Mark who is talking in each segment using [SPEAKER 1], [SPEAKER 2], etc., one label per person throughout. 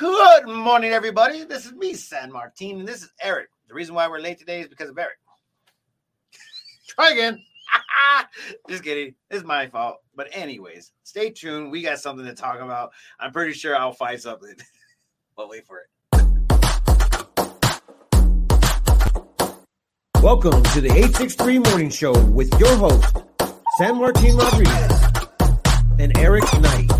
[SPEAKER 1] Good morning, everybody. This is me, San Martin, and this is Eric. The reason why we're late today is because of Eric. Try again. Just kidding. It's my fault. But, anyways, stay tuned. We got something to talk about. I'm pretty sure I'll find something. but wait for it.
[SPEAKER 2] Welcome to the 863 Morning Show with your host, San Martin Rodriguez and Eric Knight.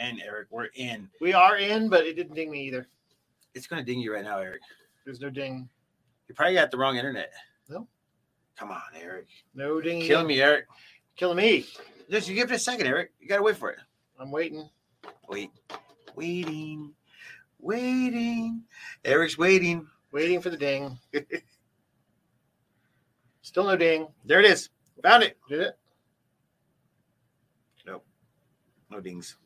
[SPEAKER 1] And, Eric, we're in.
[SPEAKER 3] We are in, but it didn't ding me either.
[SPEAKER 1] It's going to ding you right now, Eric.
[SPEAKER 3] There's no ding.
[SPEAKER 1] You probably got the wrong internet.
[SPEAKER 3] No.
[SPEAKER 1] Come on, Eric.
[SPEAKER 3] No ding.
[SPEAKER 1] Kill me, Eric.
[SPEAKER 3] Killing me.
[SPEAKER 1] Just you give it a second, Eric. You got to wait for it.
[SPEAKER 3] I'm waiting.
[SPEAKER 1] Wait, waiting, waiting. Eric's waiting.
[SPEAKER 3] Waiting for the ding. Still no ding.
[SPEAKER 1] There it is. Found it.
[SPEAKER 3] Did it?
[SPEAKER 1] No dings.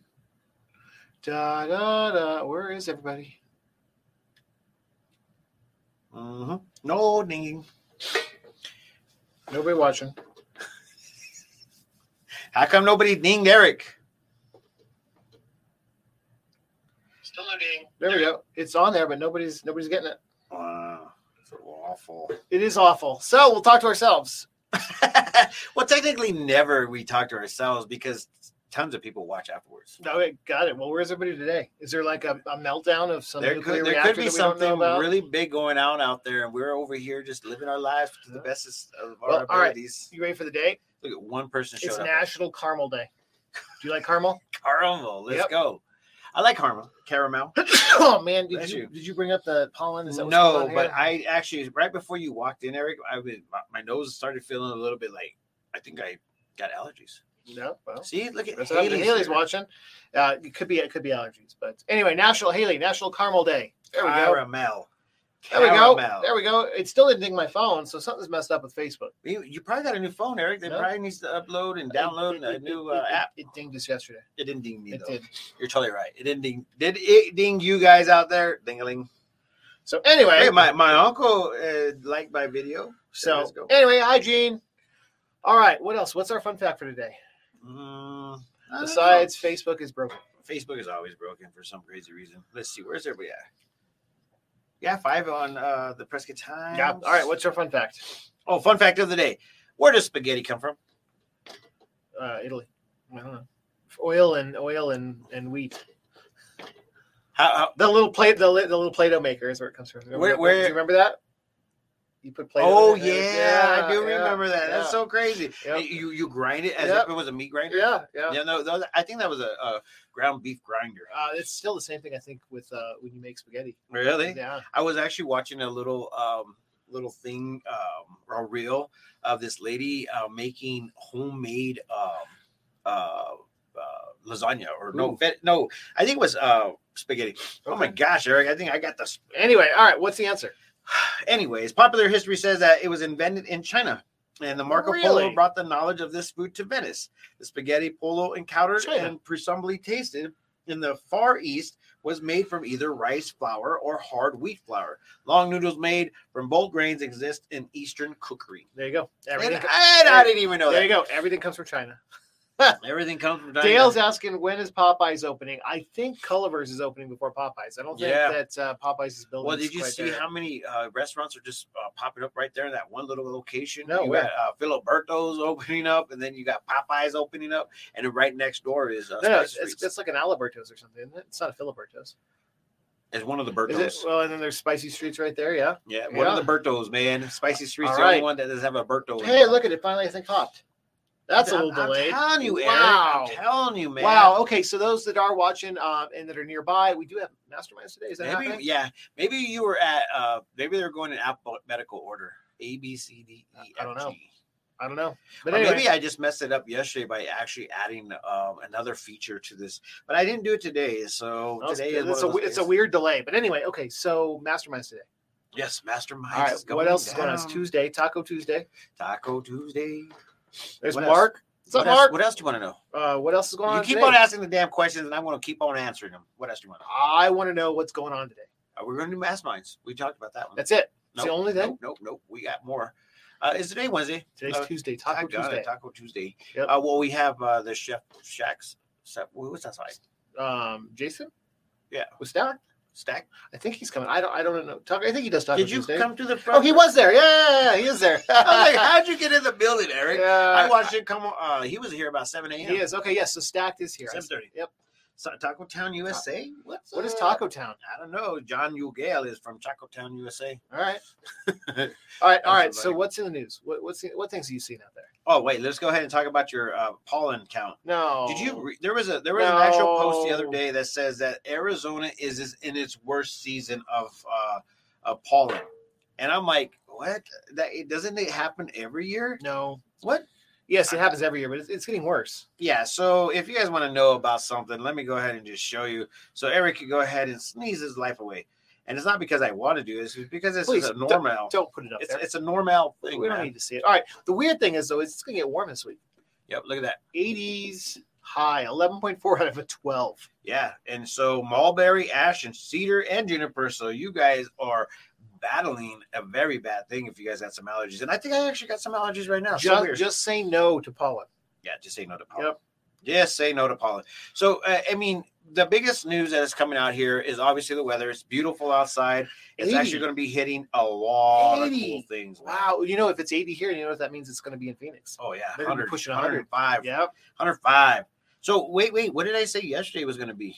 [SPEAKER 3] Da da da. Where is everybody?
[SPEAKER 1] hmm No ding.
[SPEAKER 3] Nobody watching.
[SPEAKER 1] How come nobody dinged Eric?
[SPEAKER 3] Still no ding. There we go. It's on there, but nobody's nobody's getting it.
[SPEAKER 1] Wow, so awful.
[SPEAKER 3] It is awful. So we'll talk to ourselves.
[SPEAKER 1] well, technically, never we talk to ourselves because tons of people watch afterwards.
[SPEAKER 3] No, it got it. Well, where's everybody today? Is there like a, a meltdown of some
[SPEAKER 1] There
[SPEAKER 3] nuclear
[SPEAKER 1] could, there
[SPEAKER 3] reactor
[SPEAKER 1] could be
[SPEAKER 3] that we don't know
[SPEAKER 1] something
[SPEAKER 3] about?
[SPEAKER 1] really big going on out there, and we're over here just living our lives to the best of our
[SPEAKER 3] Well, all right.
[SPEAKER 1] abilities.
[SPEAKER 3] You ready for the day?
[SPEAKER 1] Look at one person showed
[SPEAKER 3] It's
[SPEAKER 1] up.
[SPEAKER 3] National Caramel Day. Do you like caramel?
[SPEAKER 1] Caramel. Let's
[SPEAKER 3] Yep.
[SPEAKER 1] go. I like caramel. Caramel.
[SPEAKER 3] oh man, did
[SPEAKER 1] Bless
[SPEAKER 3] you,
[SPEAKER 1] you.
[SPEAKER 3] did you bring up the pollen? Is that what's going
[SPEAKER 1] no,
[SPEAKER 3] on
[SPEAKER 1] but
[SPEAKER 3] here?
[SPEAKER 1] I actually right before you walked in, Eric, I was my, my nose started feeling a little bit like I think I got allergies.
[SPEAKER 3] no. Well,
[SPEAKER 1] See, look at
[SPEAKER 3] Oh. That's what happens.
[SPEAKER 1] Haley's,
[SPEAKER 3] Haley's
[SPEAKER 1] here.
[SPEAKER 3] watching. Uh, it could be it could be allergies, but anyway, National Haley, National Caramel Day. There we go.
[SPEAKER 1] Caramel.
[SPEAKER 3] There we go.
[SPEAKER 1] Caramel.
[SPEAKER 3] There we go. It still didn't ding my phone, so something's messed up with Facebook.
[SPEAKER 1] You, you probably got a new phone, Eric. They
[SPEAKER 3] No.
[SPEAKER 1] probably needs to upload and download
[SPEAKER 3] It-
[SPEAKER 1] a
[SPEAKER 3] it-
[SPEAKER 1] new
[SPEAKER 3] it-
[SPEAKER 1] uh,
[SPEAKER 3] it-
[SPEAKER 1] app.
[SPEAKER 3] It, dinged us yesterday.
[SPEAKER 1] It didn't ding me
[SPEAKER 3] It
[SPEAKER 1] though.
[SPEAKER 3] did.
[SPEAKER 1] You're totally right. It didn't ding. Did it ding you guys out there? Dingling.
[SPEAKER 3] So anyway,
[SPEAKER 1] Hey, my my uncle uh, liked my video.
[SPEAKER 3] so
[SPEAKER 1] let's go.
[SPEAKER 3] anyway, hi Gene. All right, what else? What's our fun fact for today?
[SPEAKER 1] Mm, I don't know.
[SPEAKER 3] Besides, Facebook is broken.
[SPEAKER 1] Facebook is always broken for some crazy reason. Let's see, where's everybody at? Yeah, five on uh, the Prescott Times.
[SPEAKER 3] Yeah. All right, what's our fun fact?
[SPEAKER 1] Oh, fun fact of the day: Where does spaghetti come from?
[SPEAKER 3] Uh, Italy. I don't know. Oil and oil and and wheat.
[SPEAKER 1] How, how
[SPEAKER 3] The little plate, the, li- the little Play-Doh maker is where it comes from. Remember
[SPEAKER 1] Where-
[SPEAKER 3] that-
[SPEAKER 1] where-
[SPEAKER 3] Do you remember that? You put Play-Doh.
[SPEAKER 1] oh
[SPEAKER 3] in there.
[SPEAKER 1] yeah, I do
[SPEAKER 3] yeah,
[SPEAKER 1] remember that. That's
[SPEAKER 3] yeah.
[SPEAKER 1] so crazy.
[SPEAKER 3] Yep.
[SPEAKER 1] You you grind it as
[SPEAKER 3] Yep.
[SPEAKER 1] if it was a meat grinder.
[SPEAKER 3] Yeah, yeah.
[SPEAKER 1] Yeah, no, those, I think that was a, a ground beef grinder.
[SPEAKER 3] Uh, it's still the same thing I think with uh, when you make spaghetti.
[SPEAKER 1] Really?
[SPEAKER 3] Yeah.
[SPEAKER 1] I was actually watching a little um little thing um or a reel of this lady uh, making homemade um uh, uh lasagna or no
[SPEAKER 3] Ooh.
[SPEAKER 1] fe- no I think it was uh spaghetti. Oh my gosh, Eric, I think I got this.
[SPEAKER 3] Anyway, all right. What's the answer?
[SPEAKER 1] Anyways, popular history says that it was invented in China. And the Marco Polo
[SPEAKER 3] Really?
[SPEAKER 1] brought the knowledge of this food to Venice. The spaghetti Polo encountered
[SPEAKER 3] China.
[SPEAKER 1] and presumably tasted in the Far East was made from either rice flour or hard wheat flour. Long noodles made from both grains exist in Eastern cookery.
[SPEAKER 3] There you go.
[SPEAKER 1] And,
[SPEAKER 3] Everything.
[SPEAKER 1] and I didn't even know
[SPEAKER 3] there
[SPEAKER 1] that.
[SPEAKER 3] you go. Everything comes from China.
[SPEAKER 1] Everything comes from China.
[SPEAKER 3] Dale's asking when is Popeyes opening. I think Culver's is opening before Popeyes. I don't think
[SPEAKER 1] Yeah.
[SPEAKER 3] that uh, Popeyes is building.
[SPEAKER 1] Well, did you
[SPEAKER 3] quite
[SPEAKER 1] see
[SPEAKER 3] there.
[SPEAKER 1] how many uh, restaurants are just uh, popping up right there in that one little location?
[SPEAKER 3] No,
[SPEAKER 1] you
[SPEAKER 3] where?
[SPEAKER 1] got uh, Filiberto's opening up, and then you got Popeyes opening up, and then right next door is uh,
[SPEAKER 3] No, no,
[SPEAKER 1] Spice
[SPEAKER 3] it's,
[SPEAKER 1] Streets.
[SPEAKER 3] it's, it's like an Alberto's or something, isn't it? It's not a Filiberto's.
[SPEAKER 1] It's one of the
[SPEAKER 3] Is it?
[SPEAKER 1] Bertos.
[SPEAKER 3] Well, and then there's Spicy Streets right there. Yeah.
[SPEAKER 1] Yeah, one of the Bertos, man. Spicy Streets,
[SPEAKER 3] All
[SPEAKER 1] the only
[SPEAKER 3] right.
[SPEAKER 1] one that doesn't have a Berto.
[SPEAKER 3] Hey, look at it. Finally, I think popped. That's a
[SPEAKER 1] I'm-
[SPEAKER 3] little delayed.
[SPEAKER 1] I'm telling you, Eric.
[SPEAKER 3] Wow.
[SPEAKER 1] I'm telling you, man.
[SPEAKER 3] Wow. Okay. So those that are watching uh, and that are nearby, we do have masterminds today. Is that
[SPEAKER 1] Maybe,
[SPEAKER 3] happening?
[SPEAKER 1] yeah. Maybe you were at. Uh, maybe they're going in alphabetical order. A B C D E.
[SPEAKER 3] I don't
[SPEAKER 1] F,
[SPEAKER 3] know.
[SPEAKER 1] G.
[SPEAKER 3] I don't know. But
[SPEAKER 1] Or
[SPEAKER 3] anyway,
[SPEAKER 1] maybe I just messed it up yesterday by actually adding um, another feature to this, but I didn't do it today. So
[SPEAKER 3] Well, it's-
[SPEAKER 1] today is one
[SPEAKER 3] it's
[SPEAKER 1] of
[SPEAKER 3] a
[SPEAKER 1] those
[SPEAKER 3] it's a
[SPEAKER 1] days.
[SPEAKER 3] weird delay. But anyway, okay. So masterminds today.
[SPEAKER 1] yes, mastermind.
[SPEAKER 3] All right.
[SPEAKER 1] is
[SPEAKER 3] What
[SPEAKER 1] going
[SPEAKER 3] else is going on? It's
[SPEAKER 1] down.
[SPEAKER 3] Tuesday, Taco Tuesday.
[SPEAKER 1] Taco Tuesday.
[SPEAKER 3] There's
[SPEAKER 1] What else?
[SPEAKER 3] Mark. What's up,
[SPEAKER 1] what, else,
[SPEAKER 3] Mark?
[SPEAKER 1] what else do you want to know?
[SPEAKER 3] uh, what else is going
[SPEAKER 1] you
[SPEAKER 3] on?
[SPEAKER 1] keep
[SPEAKER 3] today?
[SPEAKER 1] on asking the damn questions, and I'm going to keep on answering them. What else do you want to
[SPEAKER 3] I want to know what's going on today.
[SPEAKER 1] know? Uh, we're going to do masterminds. We talked about that one.
[SPEAKER 3] That's it. It's
[SPEAKER 1] Nope,
[SPEAKER 3] the only thing.
[SPEAKER 1] Nope, nope, nope. We got more. Uh, is today Wednesday?
[SPEAKER 3] Today's
[SPEAKER 1] Uh,
[SPEAKER 3] Tuesday,
[SPEAKER 1] I
[SPEAKER 3] Taco
[SPEAKER 1] got
[SPEAKER 3] Tuesday.
[SPEAKER 1] It, Taco Tuesday.
[SPEAKER 3] Yep.
[SPEAKER 1] Uh, well, we have uh, the chef Shacks. Who was that? Side?
[SPEAKER 3] um, Jason.
[SPEAKER 1] Yeah.
[SPEAKER 3] was down.
[SPEAKER 1] Stack.
[SPEAKER 3] I think he's coming. I don't. I don't know. Taco. I think he does Taco
[SPEAKER 1] Did you
[SPEAKER 3] Tuesday.
[SPEAKER 1] come to the?
[SPEAKER 3] Oh, he was there. Yeah, yeah, yeah, he is there.
[SPEAKER 1] I was like, how'd you get in the building, Eric? I
[SPEAKER 3] Yeah.
[SPEAKER 1] watched it come. Uh, he was here about seven a.m.
[SPEAKER 3] uh, He is okay. Yes, so Stacked is here.
[SPEAKER 1] 7:30.
[SPEAKER 3] Yep.
[SPEAKER 1] So, Taco Town USA. What's
[SPEAKER 3] What is
[SPEAKER 1] uh,
[SPEAKER 3] Taco Town?
[SPEAKER 1] I don't know. John Ugale is from Taco Town USA.
[SPEAKER 3] All right. All right. All right. So
[SPEAKER 1] Everybody.
[SPEAKER 3] what's in the news? What what's the, what things are you seeing out there?
[SPEAKER 1] Oh wait, let's go ahead and talk about your uh, pollen count.
[SPEAKER 3] No.
[SPEAKER 1] Did you? Re- there was a there was an actual post the
[SPEAKER 3] Oh. No.
[SPEAKER 1] other day that says that Arizona is, is in its worst season of uh, of pollen, and I'm like, what? That it doesn't it happen every year?
[SPEAKER 3] No.
[SPEAKER 1] What?
[SPEAKER 3] Yes, it happens every year, but it's, it's getting worse.
[SPEAKER 1] Yeah. So if you guys want to know about something, let me go ahead and just show you. So Eric can go ahead and sneeze his life away, and it's not because I want to do this, it's because this
[SPEAKER 3] Please,
[SPEAKER 1] is a normal.
[SPEAKER 3] Don't put it up
[SPEAKER 1] It's,
[SPEAKER 3] there.
[SPEAKER 1] it's a normal
[SPEAKER 3] we
[SPEAKER 1] thing.
[SPEAKER 3] don't
[SPEAKER 1] man.
[SPEAKER 3] need to see it. All right. The weird thing is though, is it's going to get warm this week.
[SPEAKER 1] Yep. Look at that.
[SPEAKER 3] 80s high, 11.4 out of a 12.
[SPEAKER 1] Yeah, and so mulberry, ash, and cedar and juniper. So you guys are battling a very bad thing if you guys got some allergies. And I think I actually got some allergies right now. So
[SPEAKER 3] Just,
[SPEAKER 1] weird.
[SPEAKER 3] just say no to pollen.
[SPEAKER 1] yeah, just say no to pollen. Just say no to pollen. So uh, I mean, the biggest news that is coming out here is obviously the weather. It's beautiful outside. It's
[SPEAKER 3] 80.
[SPEAKER 1] actually going to be hitting a lot of
[SPEAKER 3] 80.
[SPEAKER 1] cool things.
[SPEAKER 3] Wow. You know, if it's 80 here, you know what that means? It's going to be in Phoenix.
[SPEAKER 1] Oh yeah,
[SPEAKER 3] They're gonna be
[SPEAKER 1] 100,
[SPEAKER 3] pushing 100.
[SPEAKER 1] 105,
[SPEAKER 3] Yeah.
[SPEAKER 1] 105. So wait, wait, what did I say yesterday was going to be?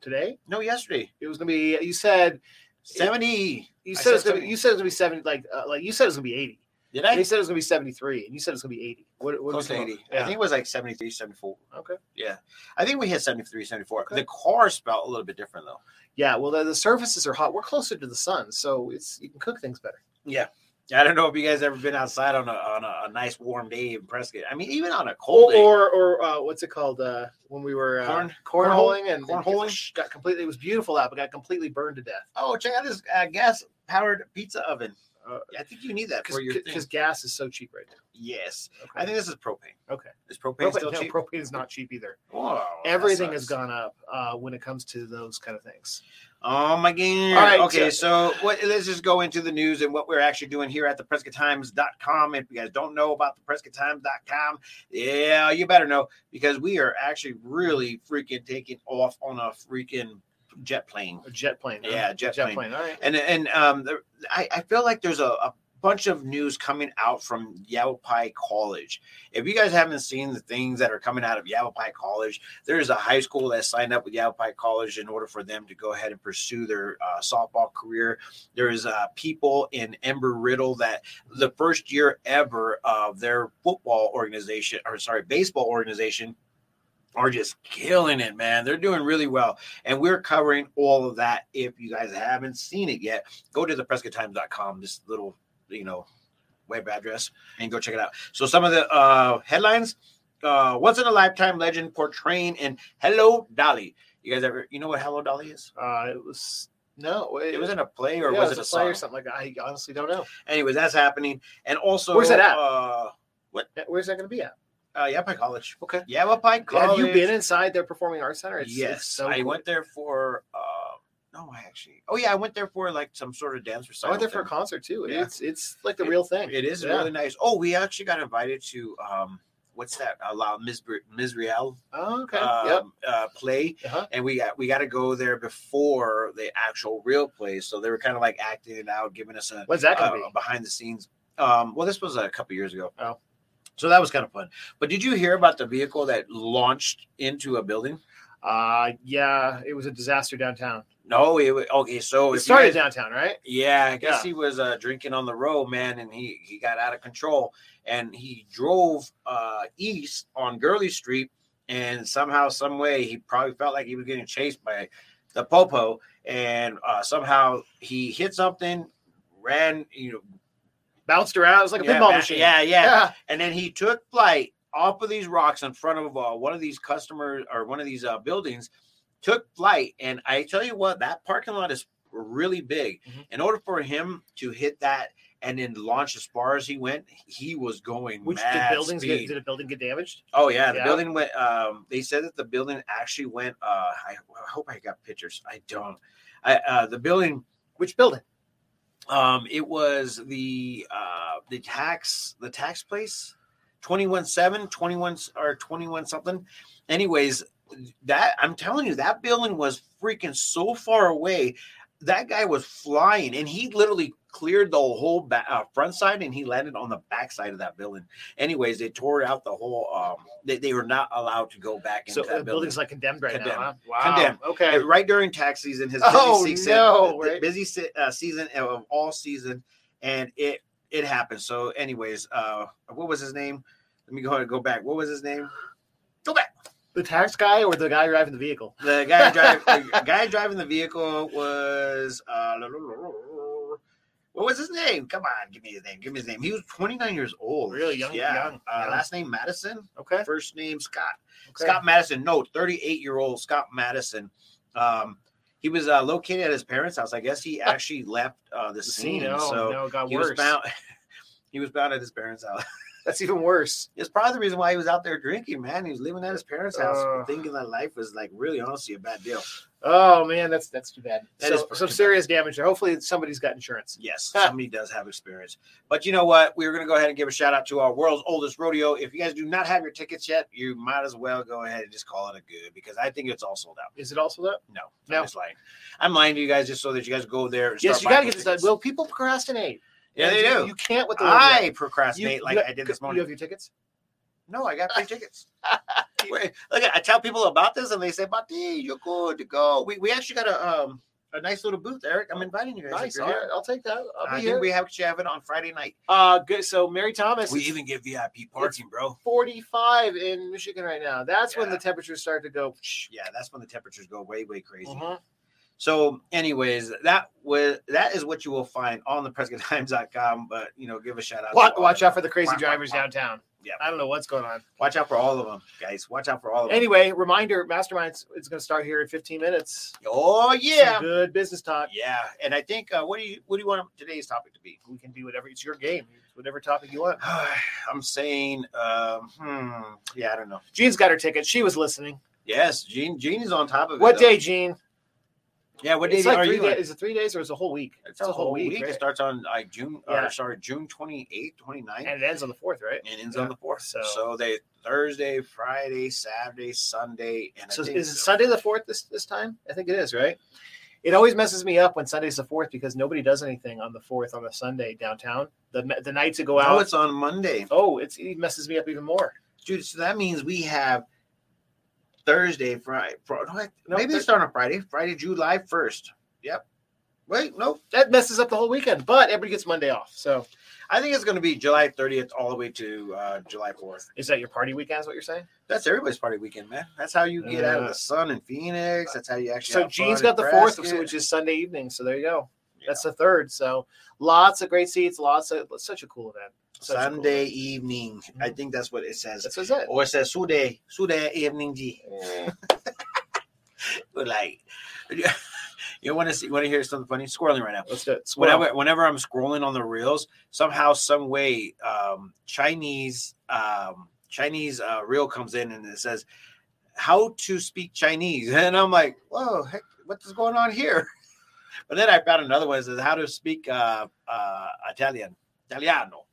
[SPEAKER 3] Today
[SPEAKER 1] No, yesterday
[SPEAKER 3] it was going to be. You said
[SPEAKER 1] 70.
[SPEAKER 3] you
[SPEAKER 1] I
[SPEAKER 3] said,
[SPEAKER 1] said
[SPEAKER 3] it's going to be.
[SPEAKER 1] 70.
[SPEAKER 3] You said it was going to be 70. Like uh, like you said it was going to be 80.
[SPEAKER 1] Did
[SPEAKER 3] And
[SPEAKER 1] I
[SPEAKER 3] you said it was going to be 73, and you said it's going to be 80. What, what
[SPEAKER 1] close
[SPEAKER 3] was
[SPEAKER 1] to
[SPEAKER 3] it?
[SPEAKER 1] 80. I
[SPEAKER 3] Yeah.
[SPEAKER 1] think it was like 73, 74.
[SPEAKER 3] Okay.
[SPEAKER 1] Yeah. I think we hit 73, 74.
[SPEAKER 3] Okay.
[SPEAKER 1] The cars felt a little bit different though.
[SPEAKER 3] Yeah. Well, the, the surfaces are hot. We're closer to the sun, so it's you can cook things better.
[SPEAKER 1] Yeah. I don't know if you guys ever been outside on a on a, a nice warm day in Prescott. I mean, even on a cold day.
[SPEAKER 3] or or uh, what's it called uh, when we were uh,
[SPEAKER 1] Corn-
[SPEAKER 3] cornholing and
[SPEAKER 1] cornholing?
[SPEAKER 3] and got completely. It was beautiful out, but got completely burned to death
[SPEAKER 1] oh, check out this uh, gas powered pizza oven.
[SPEAKER 3] Uh,
[SPEAKER 1] I think you need that for your thing.
[SPEAKER 3] because gas is so cheap right now.
[SPEAKER 1] Yes.
[SPEAKER 3] Okay.
[SPEAKER 1] I think this is propane.
[SPEAKER 3] Okay.
[SPEAKER 1] Is propane
[SPEAKER 3] propane,
[SPEAKER 1] still
[SPEAKER 3] no,
[SPEAKER 1] cheap?
[SPEAKER 3] propane is not cheap either.
[SPEAKER 1] Whoa, that
[SPEAKER 3] Everything has
[SPEAKER 1] sucks.
[SPEAKER 3] gone up uh, when it comes to those kind of things.
[SPEAKER 1] Oh my god.
[SPEAKER 3] All right,
[SPEAKER 1] okay, so what, let's just go into the news and what we're actually doing here at the prescotttimes.com. If you guys don't know about the prescotttimes.com, yeah, you better know because we are actually really freaking taking off on a freaking jet plane.
[SPEAKER 3] A jet plane. huh?
[SPEAKER 1] Yeah, jet plane.
[SPEAKER 3] All right.
[SPEAKER 1] And and um there- I, I feel like there's a, a bunch of news coming out from Yavapai College. If you guys haven't seen the things that are coming out of Yavapai College, there's a high school that signed up with Yavapai College in order for them to go ahead and pursue their uh, softball career. There is uh, people in Ember Riddle that the first year ever of their football organization, or sorry, baseball organization, are just killing it, man. They're doing really well. And we're covering all of that. If you guys haven't seen it yet, go to the prescotttimes.com, this little, you know, web address, and go check it out. So some of the uh, headlines. Uh, once in a lifetime legend portraying in Hello Dolly. You guys ever you know what Hello Dolly is?
[SPEAKER 3] Uh, it was no.
[SPEAKER 1] It was in a play or
[SPEAKER 3] yeah,
[SPEAKER 1] was it, a
[SPEAKER 3] play
[SPEAKER 1] song?
[SPEAKER 3] or something like that? I honestly don't know.
[SPEAKER 1] Anyways, that's happening. And also
[SPEAKER 3] Where's it at?
[SPEAKER 1] Uh
[SPEAKER 3] Where's that going to be at?
[SPEAKER 1] uh Yavapai College.
[SPEAKER 3] Okay.
[SPEAKER 1] Yavapai College.
[SPEAKER 3] Have you been inside their performing arts center? It's,
[SPEAKER 1] yes,
[SPEAKER 3] it's so
[SPEAKER 1] I
[SPEAKER 3] cool.
[SPEAKER 1] went there for. Uh, no, I actually. Oh yeah, I went there for like some sort of dance
[SPEAKER 3] I
[SPEAKER 1] recital.
[SPEAKER 3] went there for a
[SPEAKER 1] thing.
[SPEAKER 3] concert too.
[SPEAKER 1] Yeah.
[SPEAKER 3] It's it's like the
[SPEAKER 1] It-
[SPEAKER 3] real thing.
[SPEAKER 1] It is
[SPEAKER 3] Yeah.
[SPEAKER 1] really nice. Oh, we actually got invited to um, what's that? Uh, La Mis- Misreal
[SPEAKER 3] Oh, okay.
[SPEAKER 1] um,
[SPEAKER 3] yep.
[SPEAKER 1] uh, play,
[SPEAKER 3] Uh-huh.
[SPEAKER 1] and we got we got to go there before the actual real play. So they were kind of like acting it out, giving us a
[SPEAKER 3] When's that gonna
[SPEAKER 1] uh, behind the scenes. Um, well, this was a couple years ago.
[SPEAKER 3] Oh.
[SPEAKER 1] So that was kind of fun. But did you hear about the vehicle that launched into a building?
[SPEAKER 3] be? Uh, yeah. It was a disaster downtown.
[SPEAKER 1] No, it wa- okay. So
[SPEAKER 3] It
[SPEAKER 1] Oh, if you
[SPEAKER 3] started
[SPEAKER 1] guys-
[SPEAKER 3] downtown, right?
[SPEAKER 1] Yeah, I guess
[SPEAKER 3] Yeah.
[SPEAKER 1] he was uh, drinking on the road, man, and he he got out of control and he drove uh, east on Gurley Street, and somehow, some way, he probably felt like he was getting chased by the popo, and uh, somehow he hit something, ran, you know,
[SPEAKER 3] Bounced around. It was like a
[SPEAKER 1] yeah,
[SPEAKER 3] pinball
[SPEAKER 1] ma-
[SPEAKER 3] machine.
[SPEAKER 1] yeah, yeah,
[SPEAKER 3] Yeah.
[SPEAKER 1] and then he took flight off of these rocks in front of uh, one of these customers or one of these uh, buildings took flight and i tell you what that parking lot is really big
[SPEAKER 3] Mhm.
[SPEAKER 1] in order for him to hit that and then launch as far as he went he was going
[SPEAKER 3] Which did
[SPEAKER 1] mad
[SPEAKER 3] buildings get,
[SPEAKER 1] speed.
[SPEAKER 3] did a building get damaged?
[SPEAKER 1] oh yeah the
[SPEAKER 3] Yeah.
[SPEAKER 1] building went um they said that the building actually went uh i, I hope i got pictures i don't I, uh, the building
[SPEAKER 3] Which building?
[SPEAKER 1] Um, it was the uh, the tax the tax place, 21-7, 21 or 21 something. Anyways, that I'm telling you, that building was freaking so far away. That guy was flying, and he literally cleared the whole back, uh, front side, and he landed on the back side of that building. Anyways, they tore out the whole. Um, they, they were not allowed to go back into
[SPEAKER 3] So uh,
[SPEAKER 1] that
[SPEAKER 3] the
[SPEAKER 1] building.
[SPEAKER 3] building's like condemned right
[SPEAKER 1] Condemned.
[SPEAKER 3] now. Huh? Wow.
[SPEAKER 1] Condemned.
[SPEAKER 3] Okay.
[SPEAKER 1] Uh, right during tax season, his busy
[SPEAKER 3] Oh,
[SPEAKER 1] season,
[SPEAKER 3] no,
[SPEAKER 1] the- the
[SPEAKER 3] right.
[SPEAKER 1] busy se- uh, season of all season, and it it happened. So, anyways, uh, what was his name? Let me go ahead and go back. What was his name? Go back.
[SPEAKER 3] The tax guy or the guy driving the vehicle?
[SPEAKER 1] The guy driving the guy driving the vehicle was uh, what was his name? Come on, give me his name. Give me his name. He was 29 years old.
[SPEAKER 3] Really young-
[SPEAKER 1] Yeah.
[SPEAKER 3] young,
[SPEAKER 1] uh,
[SPEAKER 3] young.
[SPEAKER 1] Last name Madison.
[SPEAKER 3] Okay.
[SPEAKER 1] First name Scott.
[SPEAKER 3] okay.
[SPEAKER 1] Scott Madison, no, 38 year old Scott Madison. Um, he was uh, located at his parents' house. I guess he actually left uh, the scene,
[SPEAKER 3] No,
[SPEAKER 1] so
[SPEAKER 3] Oh, no, it got
[SPEAKER 1] he
[SPEAKER 3] worse.
[SPEAKER 1] was found. he was found at his parents' house.
[SPEAKER 3] That's even worse.
[SPEAKER 1] It's probably the reason why he was out there drinking, man. He was living at his parents' house,
[SPEAKER 3] Ugh.
[SPEAKER 1] thinking that life was like really honestly a bad deal.
[SPEAKER 3] Oh man, that's that's too bad.
[SPEAKER 1] That
[SPEAKER 3] so,
[SPEAKER 1] is pretty
[SPEAKER 3] some
[SPEAKER 1] bad.
[SPEAKER 3] serious damage there. Hopefully somebody's got insurance.
[SPEAKER 1] Yes,
[SPEAKER 3] Huh.
[SPEAKER 1] somebody does have experience. But you know what? We're going to go ahead and give a shout out to our world's oldest rodeo. If you guys do not have your tickets yet, you might as well go ahead and just call it a good because I think it's all sold out.
[SPEAKER 3] Is it also that?
[SPEAKER 1] No,
[SPEAKER 3] No.
[SPEAKER 1] I'm just lying. I'm lying to you guys just so that you guys go there. And
[SPEAKER 3] Yes,
[SPEAKER 1] start
[SPEAKER 3] you got to
[SPEAKER 1] buying
[SPEAKER 3] get this done.
[SPEAKER 1] tickets.
[SPEAKER 3] Will people procrastinate?
[SPEAKER 1] yeah, they
[SPEAKER 3] You-
[SPEAKER 1] do.
[SPEAKER 3] You can't with the
[SPEAKER 1] I
[SPEAKER 3] You-
[SPEAKER 1] procrastinate like
[SPEAKER 3] you-
[SPEAKER 1] I did this morning.
[SPEAKER 3] You have your tickets?
[SPEAKER 1] no, I got free tickets. Wait, look, I tell people about this and they say, "Mati, you're good to go." We, we actually got a um a nice little booth, Eric. I'm inviting you guys. if
[SPEAKER 3] Oh, Nice.
[SPEAKER 1] you're
[SPEAKER 3] All
[SPEAKER 1] here.
[SPEAKER 3] right, I'll take that. I'll
[SPEAKER 1] I
[SPEAKER 3] be
[SPEAKER 1] think
[SPEAKER 3] here.
[SPEAKER 1] we have to have it on Friday night.
[SPEAKER 3] uh, good. So Mary Thomas.
[SPEAKER 1] We
[SPEAKER 3] is
[SPEAKER 1] even get VIP parking, bro.
[SPEAKER 3] 45 in Michigan right now. That's when
[SPEAKER 1] Yeah.
[SPEAKER 3] the temperatures start to go.
[SPEAKER 1] Yeah, that's when the temperatures go way way crazy.
[SPEAKER 3] Mhm.
[SPEAKER 1] So, anyways, that was that is what you will find on the PrescottTimes.com. But you know, give a shout out.
[SPEAKER 3] Watch,
[SPEAKER 1] to all
[SPEAKER 3] watch
[SPEAKER 1] the-
[SPEAKER 3] out for the crazy
[SPEAKER 1] Wah, wah,
[SPEAKER 3] drivers
[SPEAKER 1] wah.
[SPEAKER 3] downtown.
[SPEAKER 1] Yeah.
[SPEAKER 3] I don't know what's going on.
[SPEAKER 1] Watch out for all of them, guys. Watch out for all of them.
[SPEAKER 3] Anyway, reminder Masterminds is going to start here in 15 minutes.
[SPEAKER 1] Oh yeah,
[SPEAKER 3] Some good business talk.
[SPEAKER 1] yeah. And I think uh, what do you what do you want today's topic to be?
[SPEAKER 3] We can do whatever. It's your game. Whatever topic you want.
[SPEAKER 1] I'm saying, um, hmm, yeah, I don't know.
[SPEAKER 3] Jean's got her ticket. She was listening.
[SPEAKER 1] Yes, Gene. Gene is on top of it.
[SPEAKER 3] What
[SPEAKER 1] though.
[SPEAKER 3] day, Jean?
[SPEAKER 1] Yeah, what day
[SPEAKER 3] It's like
[SPEAKER 1] are
[SPEAKER 3] three
[SPEAKER 1] you?
[SPEAKER 3] day-
[SPEAKER 1] on?
[SPEAKER 3] Is it three days or is it a whole week?
[SPEAKER 1] It's a whole week. It
[SPEAKER 3] right?
[SPEAKER 1] starts on like June.
[SPEAKER 3] Yeah.
[SPEAKER 1] Or, sorry, June 28th, 29th,
[SPEAKER 3] and it ends on the fourth, right?
[SPEAKER 1] and ends
[SPEAKER 3] yeah.
[SPEAKER 1] on the fourth.
[SPEAKER 3] So-
[SPEAKER 1] So, they Thursday, Friday, Saturday, Sunday, and I
[SPEAKER 3] So
[SPEAKER 1] think
[SPEAKER 3] is it Sunday the fourth this this time? I think it is, right? It always messes me up when Sunday's the fourth because nobody does anything on the fourth on a Sunday downtown. The the nights that go
[SPEAKER 1] No,
[SPEAKER 3] out.
[SPEAKER 1] it's on Monday.
[SPEAKER 3] oh, it's it messes me up even more.
[SPEAKER 1] Dude, so that means we have Thursday, Friday.
[SPEAKER 3] No,
[SPEAKER 1] maybe
[SPEAKER 3] Thur-
[SPEAKER 1] it's on a Friday, Friday, July 1st. Yep. Wait, nope.
[SPEAKER 3] That messes up the whole weekend. But everybody gets Monday off. So
[SPEAKER 1] I think it's going to be July 30th all the way to uh, July 4th.
[SPEAKER 3] is that your party weekend? Is what you're saying?
[SPEAKER 1] That's everybody's party weekend, man. That's how you get out of the sun in Phoenix. That's how you actually.
[SPEAKER 3] Uh, so
[SPEAKER 1] have fun
[SPEAKER 3] Gene's
[SPEAKER 1] in
[SPEAKER 3] got the fourth,
[SPEAKER 1] Prescott.
[SPEAKER 3] which is Sunday evening. So there you go.
[SPEAKER 1] Yeah.
[SPEAKER 3] That's the third. So lots of great seats. Lots of such a cool event. Such a cool
[SPEAKER 1] Sunday
[SPEAKER 3] event.
[SPEAKER 1] evening. I think that's what it says.
[SPEAKER 3] That's what's it.
[SPEAKER 1] Or it says Sunday, Sunday evening G. But like, you want to see, want to hear something funny? Squirreling right now.
[SPEAKER 3] Let's do it. Squirrel.
[SPEAKER 1] Whenever, whenever I'm scrolling on the reels, somehow, some way, um, Chinese, um, Chinese uh, reel comes in and it says, "How to speak Chinese," and I'm like, "Whoa, heck, what is going on here?" But then I found another one that says, "How to speak uh, uh, Italian, Italiano."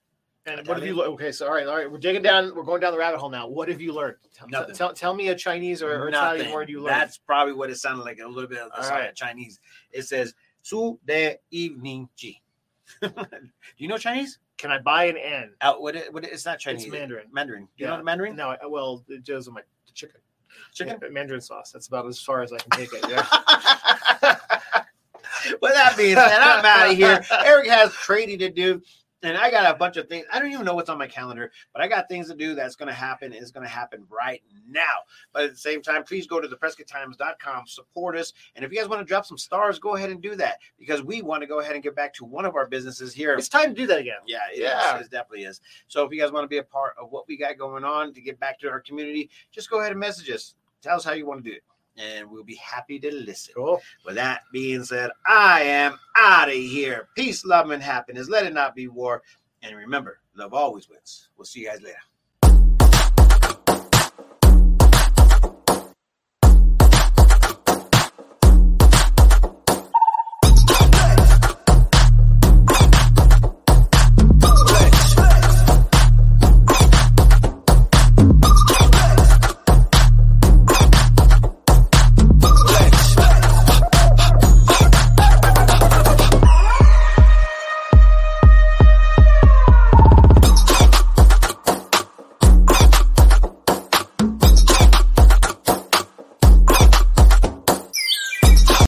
[SPEAKER 3] And what have you? le- Okay, so all right, all right. We're digging down. We're going down the rabbit hole now. What have you learned? Tell,
[SPEAKER 1] Nothing.
[SPEAKER 3] tell, tell me a Chinese or, or Italian
[SPEAKER 1] Nothing.
[SPEAKER 3] word you learned.
[SPEAKER 1] That's probably what it sounded like. A little bit of the
[SPEAKER 3] All
[SPEAKER 1] sound of
[SPEAKER 3] right.
[SPEAKER 1] Chinese. It says "su de evening ji." Do you know Chinese?
[SPEAKER 3] Can I buy an N?
[SPEAKER 1] Out what? It, what it, it's not Chinese.
[SPEAKER 3] It's Mandarin.
[SPEAKER 1] Mandarin. Do you know
[SPEAKER 3] Yeah.
[SPEAKER 1] the Mandarin?
[SPEAKER 3] No, I, well, it goes with my chicken.
[SPEAKER 1] Chicken.
[SPEAKER 3] Yeah, Mandarin sauce. That's about as far as I can take it. Yeah.
[SPEAKER 1] With that being said, I'm out of here. Eric has trading to do, and I got a bunch of things. I don't even know what's on my calendar, but I got things to do that's going to happen. and It's going to happen right now. But at the same time, please go to theprescotttimes.com, support us. And if you guys want to drop some stars, go ahead and do that because we want to go ahead and get back to one of our businesses here.
[SPEAKER 3] it's time to do that again.
[SPEAKER 1] Yeah, it is.
[SPEAKER 3] Yeah.
[SPEAKER 1] It definitely is. So if you guys want to be a part of what we got going on to get back to our community, just go ahead and message us. Tell us how you want to do it, and we'll be happy to listen.
[SPEAKER 3] Cool.
[SPEAKER 1] With that being said, I am out of here. Peace, love, and happiness. Let it not be war. And remember, love always wins. We'll see you guys later.